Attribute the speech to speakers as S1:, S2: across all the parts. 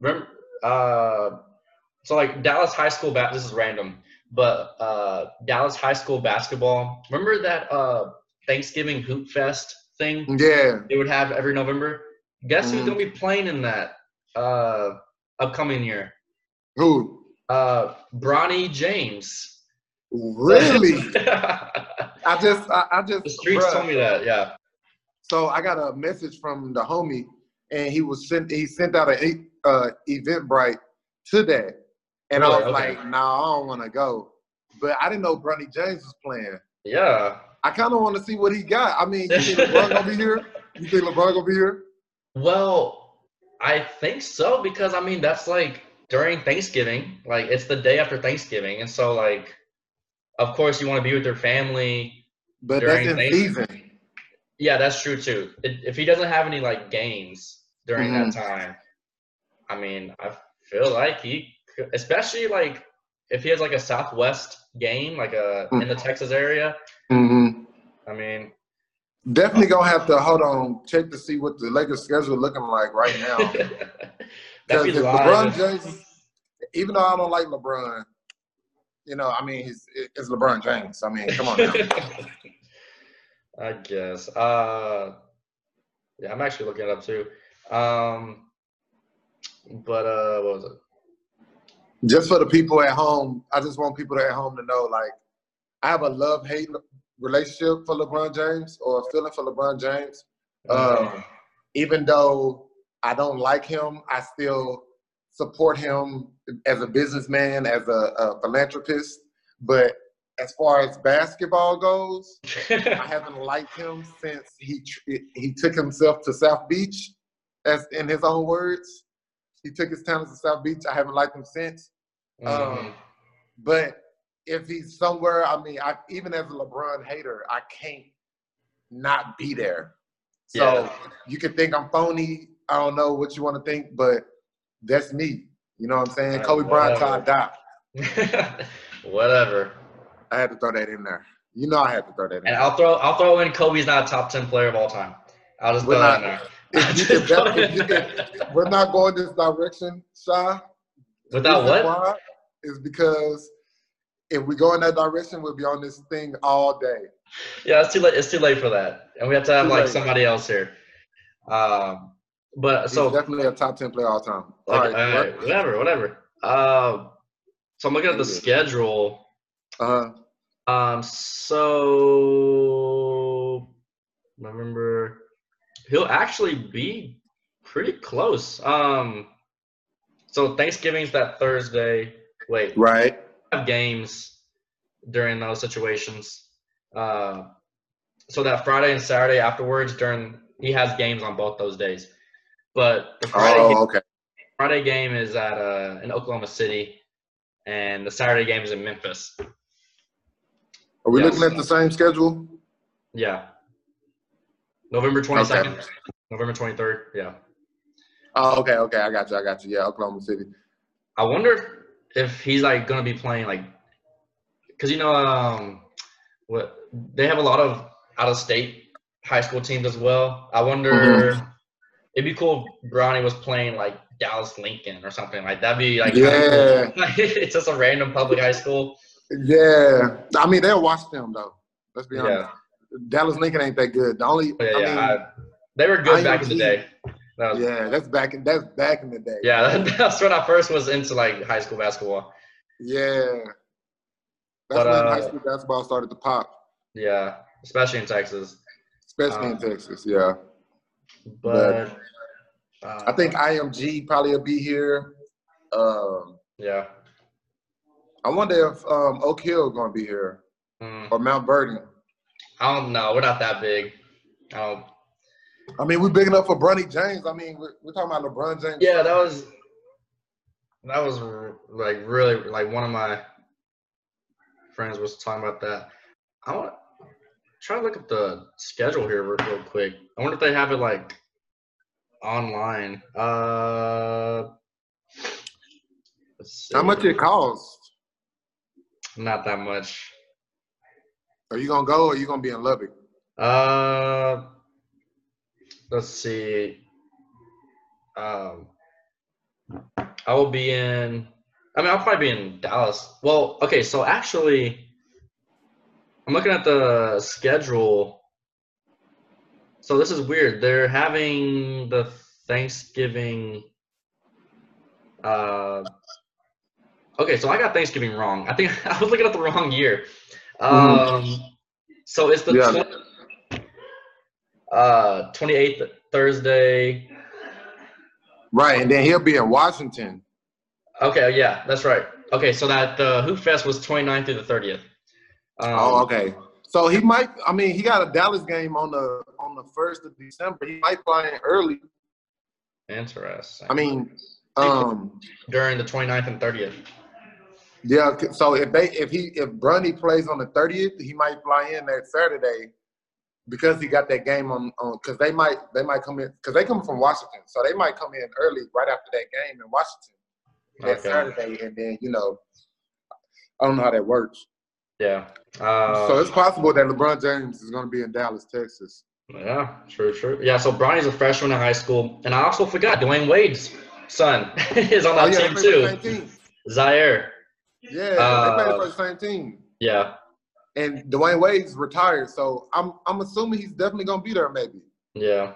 S1: remember, uh, so like Dallas high school bat. This is random, but uh, Dallas high school basketball. Remember that uh, Thanksgiving hoop fest thing
S2: Yeah.
S1: they would have every November? Guess who's
S2: Mhm.
S1: gonna be playing in that uh, upcoming year?
S2: Who?
S1: Uh, Bronny James.
S2: Really?
S1: the
S2: I just, I, I just.
S1: streets
S2: bruh.
S1: told me that. Yeah.
S2: So I got a message from the homie, and he was sent. He sent out an e- uh, Eventbrite to that, and I
S1: Really?
S2: was
S1: Okay.
S2: like, "Nah, I don't want to go." But I didn't know Bronny James was playing.
S1: Yeah.
S2: I kind of want to see what he got. I mean, you think LeBron gonna be here? You think LeBron gonna be here?
S1: Well, I think so because I mean that's like during Thanksgiving, like it's the day after Thanksgiving, and so like, of course you want to be with your family.
S2: But
S1: During
S2: that's in
S1: Thanksgiving.
S2: season.
S1: Yeah, that's true too. If if he doesn't have any like games during
S2: Mhm.
S1: that time, I mean, I feel like he, could, especially like if he has like a Southwest game, like a in the Texas area.
S2: Mm-hmm.
S1: I mean,
S2: Definitely gonna have to hold on, check to see what the Lakers schedule looking like right now.
S1: that'd be
S2: Because if
S1: live.
S2: LeBron James, even though I don't like LeBron, you know, I mean, he's it's LeBron James. I mean, come on. Now.
S1: I guess. Uh, yeah, I'm actually looking it up too. Um, but uh, what was it?
S2: just for the people at home, I just want people at home to know, like, I have a love hate relationship for LeBron James or a feeling for LeBron James. Um, even though I don't like him, I still support him as a businessman, as a, a philanthropist. But as far as basketball goes, I haven't liked him since he tr- he took himself to South Beach, as in his own words. He took his talents to South Beach. I haven't liked him since. Um,
S1: Mhm.
S2: But if he's somewhere, I mean, I, even as a LeBron hater, I can't not be there. So
S1: Yeah.
S2: you can think I'm phony. I don't know what you want to think, but that's me. You know what I'm saying?
S1: I
S2: Kobe Bryant,
S1: love
S2: Todd Doc.
S1: Whatever.
S2: I had to throw that in there. You know I had to throw that in.
S1: And
S2: there.
S1: I'll throw I'll throw in Kobe's not a top ten player of all time. I'll just
S2: We're
S1: throw that in
S2: not-
S1: there.
S2: If you
S1: Just
S2: can-
S1: throw it
S2: if you
S1: in
S2: can-
S1: there.
S2: We're not going this direction, Shy.
S1: Without
S2: reason
S1: what?
S2: why Is because if we go in that direction, we'll be on this thing all day.
S1: Yeah, it's too late. It's too late for that, and we have to have
S2: Too
S1: like
S2: late.
S1: somebody else here. Um, but
S2: He's
S1: so
S2: definitely a top ten player all time. All
S1: Like,
S2: right.
S1: all right, whatever, whatever. Um, so I'm looking at the
S2: Yeah.
S1: schedule.
S2: Uh,
S1: Um, so November, he'll actually be pretty close. Um, so Thanksgiving's that Thursday. Wait,
S2: right.
S1: have games during those situations. Uh, so that Friday and Saturday afterwards, during he has games on both those days. But the Friday
S2: Oh, okay.
S1: Friday game is at uh, in Oklahoma City, and the Saturday game is in Memphis.
S2: Are we
S1: Yes.
S2: looking at the same schedule?
S1: Yeah, November twenty second, November twenty third. Yeah,
S2: Oh, okay, okay. I got you. I got you. Yeah, Oklahoma City.
S1: I wonder if he's like gonna be playing like, cause you know um, what they have a lot of out of state high school teams as well. I wonder it'd be cool if Brownie was playing like Dallas Lincoln or something like that'd be like
S2: Yeah.
S1: it's just a random public high school.
S2: Yeah. I mean, they'll watch them though. Let's be honest.
S1: Yeah, Oh,
S2: Dallas Lincoln ain't that good. The only.
S1: yeah,
S2: I
S1: yeah.
S2: mean,
S1: I- they were good back in the
S2: IMG.
S1: day. That was
S2: yeah. That's back in. That's back in the day.
S1: Yeah, that, that's when I first was into like high school basketball.
S2: Yeah. That's
S1: But,
S2: when
S1: uh,
S2: high school basketball started to pop,
S1: Yeah, especially in Texas.
S2: especially in
S1: uh,
S2: Texas. Yeah.
S1: But uh,
S2: I think IMG probably will be here. Um,
S1: yeah,
S2: I wonder if um, Oak Hill going to be here
S1: Mm,
S2: or Mount Vernon.
S1: I don't know. We're not that big. I don't.
S2: I mean, we're big enough for Bronny James. I mean, we're, we're talking about LeBron James.
S1: Yeah, that was that was r- like really like one of my friends was talking about that. I want try to look at the schedule here real, real quick. I wonder if they have it like online. Uh, let's
S2: How
S1: see.
S2: much it costs?
S1: Not that much.
S2: Are you gonna go or you gonna be in Lubbock?
S1: Uh, let's see. Um, I will be in. I mean, I'll probably be in Dallas. Well, okay, so actually, I'm looking at the schedule. So this is weird. They're having the Thanksgiving. Uh, okay, so I got Thanksgiving wrong. I think I was looking at the wrong year. Um, so it's the
S2: Yeah.
S1: 20 uh, 28th Thursday.
S2: Right, and then he'll be in Washington.
S1: Okay, yeah, that's right. Okay, so that uh, Hoop Fest was 29th through the 30th. Um,
S2: oh, okay. So he might. I mean, he got a Dallas game on the on the first of December. He might fly in early.
S1: Interesting.
S2: I mean, um,
S1: during the 29th and 30th.
S2: yeah. c- So if they if he if Brunny plays on the thirtieth, he might fly in that Saturday because he got that game on on because they might they might come in because they come from Washington, so they might come in early right after that game in Washington that
S1: Okay.
S2: Saturday, and then you know, I don't know how that works.
S1: Yeah. Uh,
S2: so it's possible that LeBron James is going to be in Dallas, Texas.
S1: yeah, true, true. Yeah, so Bronny's a freshman in high school. And I also forgot Dwayne Wade's son is on that
S2: Oh, yeah, they
S1: team
S2: play for the
S1: too.
S2: same team.
S1: Zaire.
S2: Yeah,
S1: Uh,
S2: they play for the same team.
S1: Yeah.
S2: And Dwayne Wade's retired, so I'm I'm assuming he's definitely going to be there. Maybe
S1: Yeah.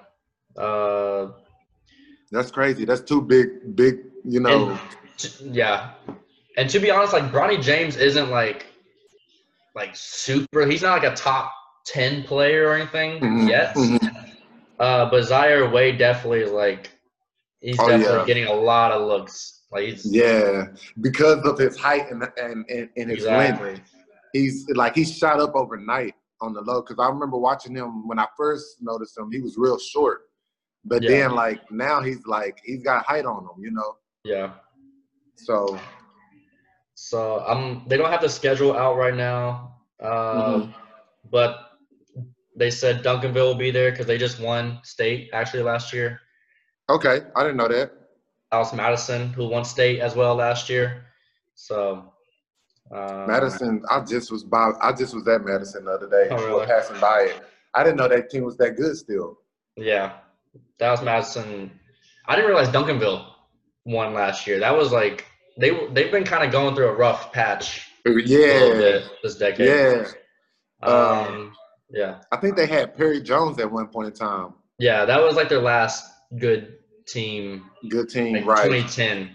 S1: Uh,
S2: that's crazy. That's two big, big. You know,
S1: And- t- yeah. And to be honest, like Bronny James isn't like like super he's not like a top ten player or anything
S2: Mhm,
S1: yet.
S2: mhm.
S1: Uh, but Zaire Way definitely is like he's
S2: Oh,
S1: definitely
S2: yeah.
S1: getting a lot of looks. Like he's
S2: yeah, because of his height and and and, and his
S1: Exactly.
S2: length, he's like he shot up overnight on the low. Because I remember watching him when I first noticed him, he was real short, but
S1: Yeah.
S2: then like now he's like he's got height on him, you know.
S1: yeah.
S2: So
S1: So um, they don't have the schedule out right now, uh,
S2: Mm-hmm.
S1: but they said Duncanville will be there because they just won state actually last year.
S2: okay, I didn't know that.
S1: Alice Madison, who won state as well last year. So uh,
S2: Madison, I just was by. I just was at Madison the other day,
S1: Oh,
S2: we
S1: really?
S2: were passing by it. I didn't know that team was that good still.
S1: Yeah, that was Madison. I didn't realize Duncanville won last year. That was like they were- they've been kind of going through a rough patch. a little
S2: Yeah,
S1: bit this decade.
S2: yeah.
S1: Um, yeah.
S2: I think they had Perry Jones at one point in time.
S1: Yeah, that was like their last good team,
S2: Good team,
S1: like
S2: right?
S1: 2010.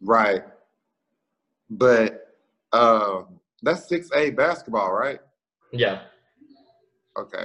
S2: Right. But uh, that's six A basketball, right?
S1: Yeah.
S2: Okay.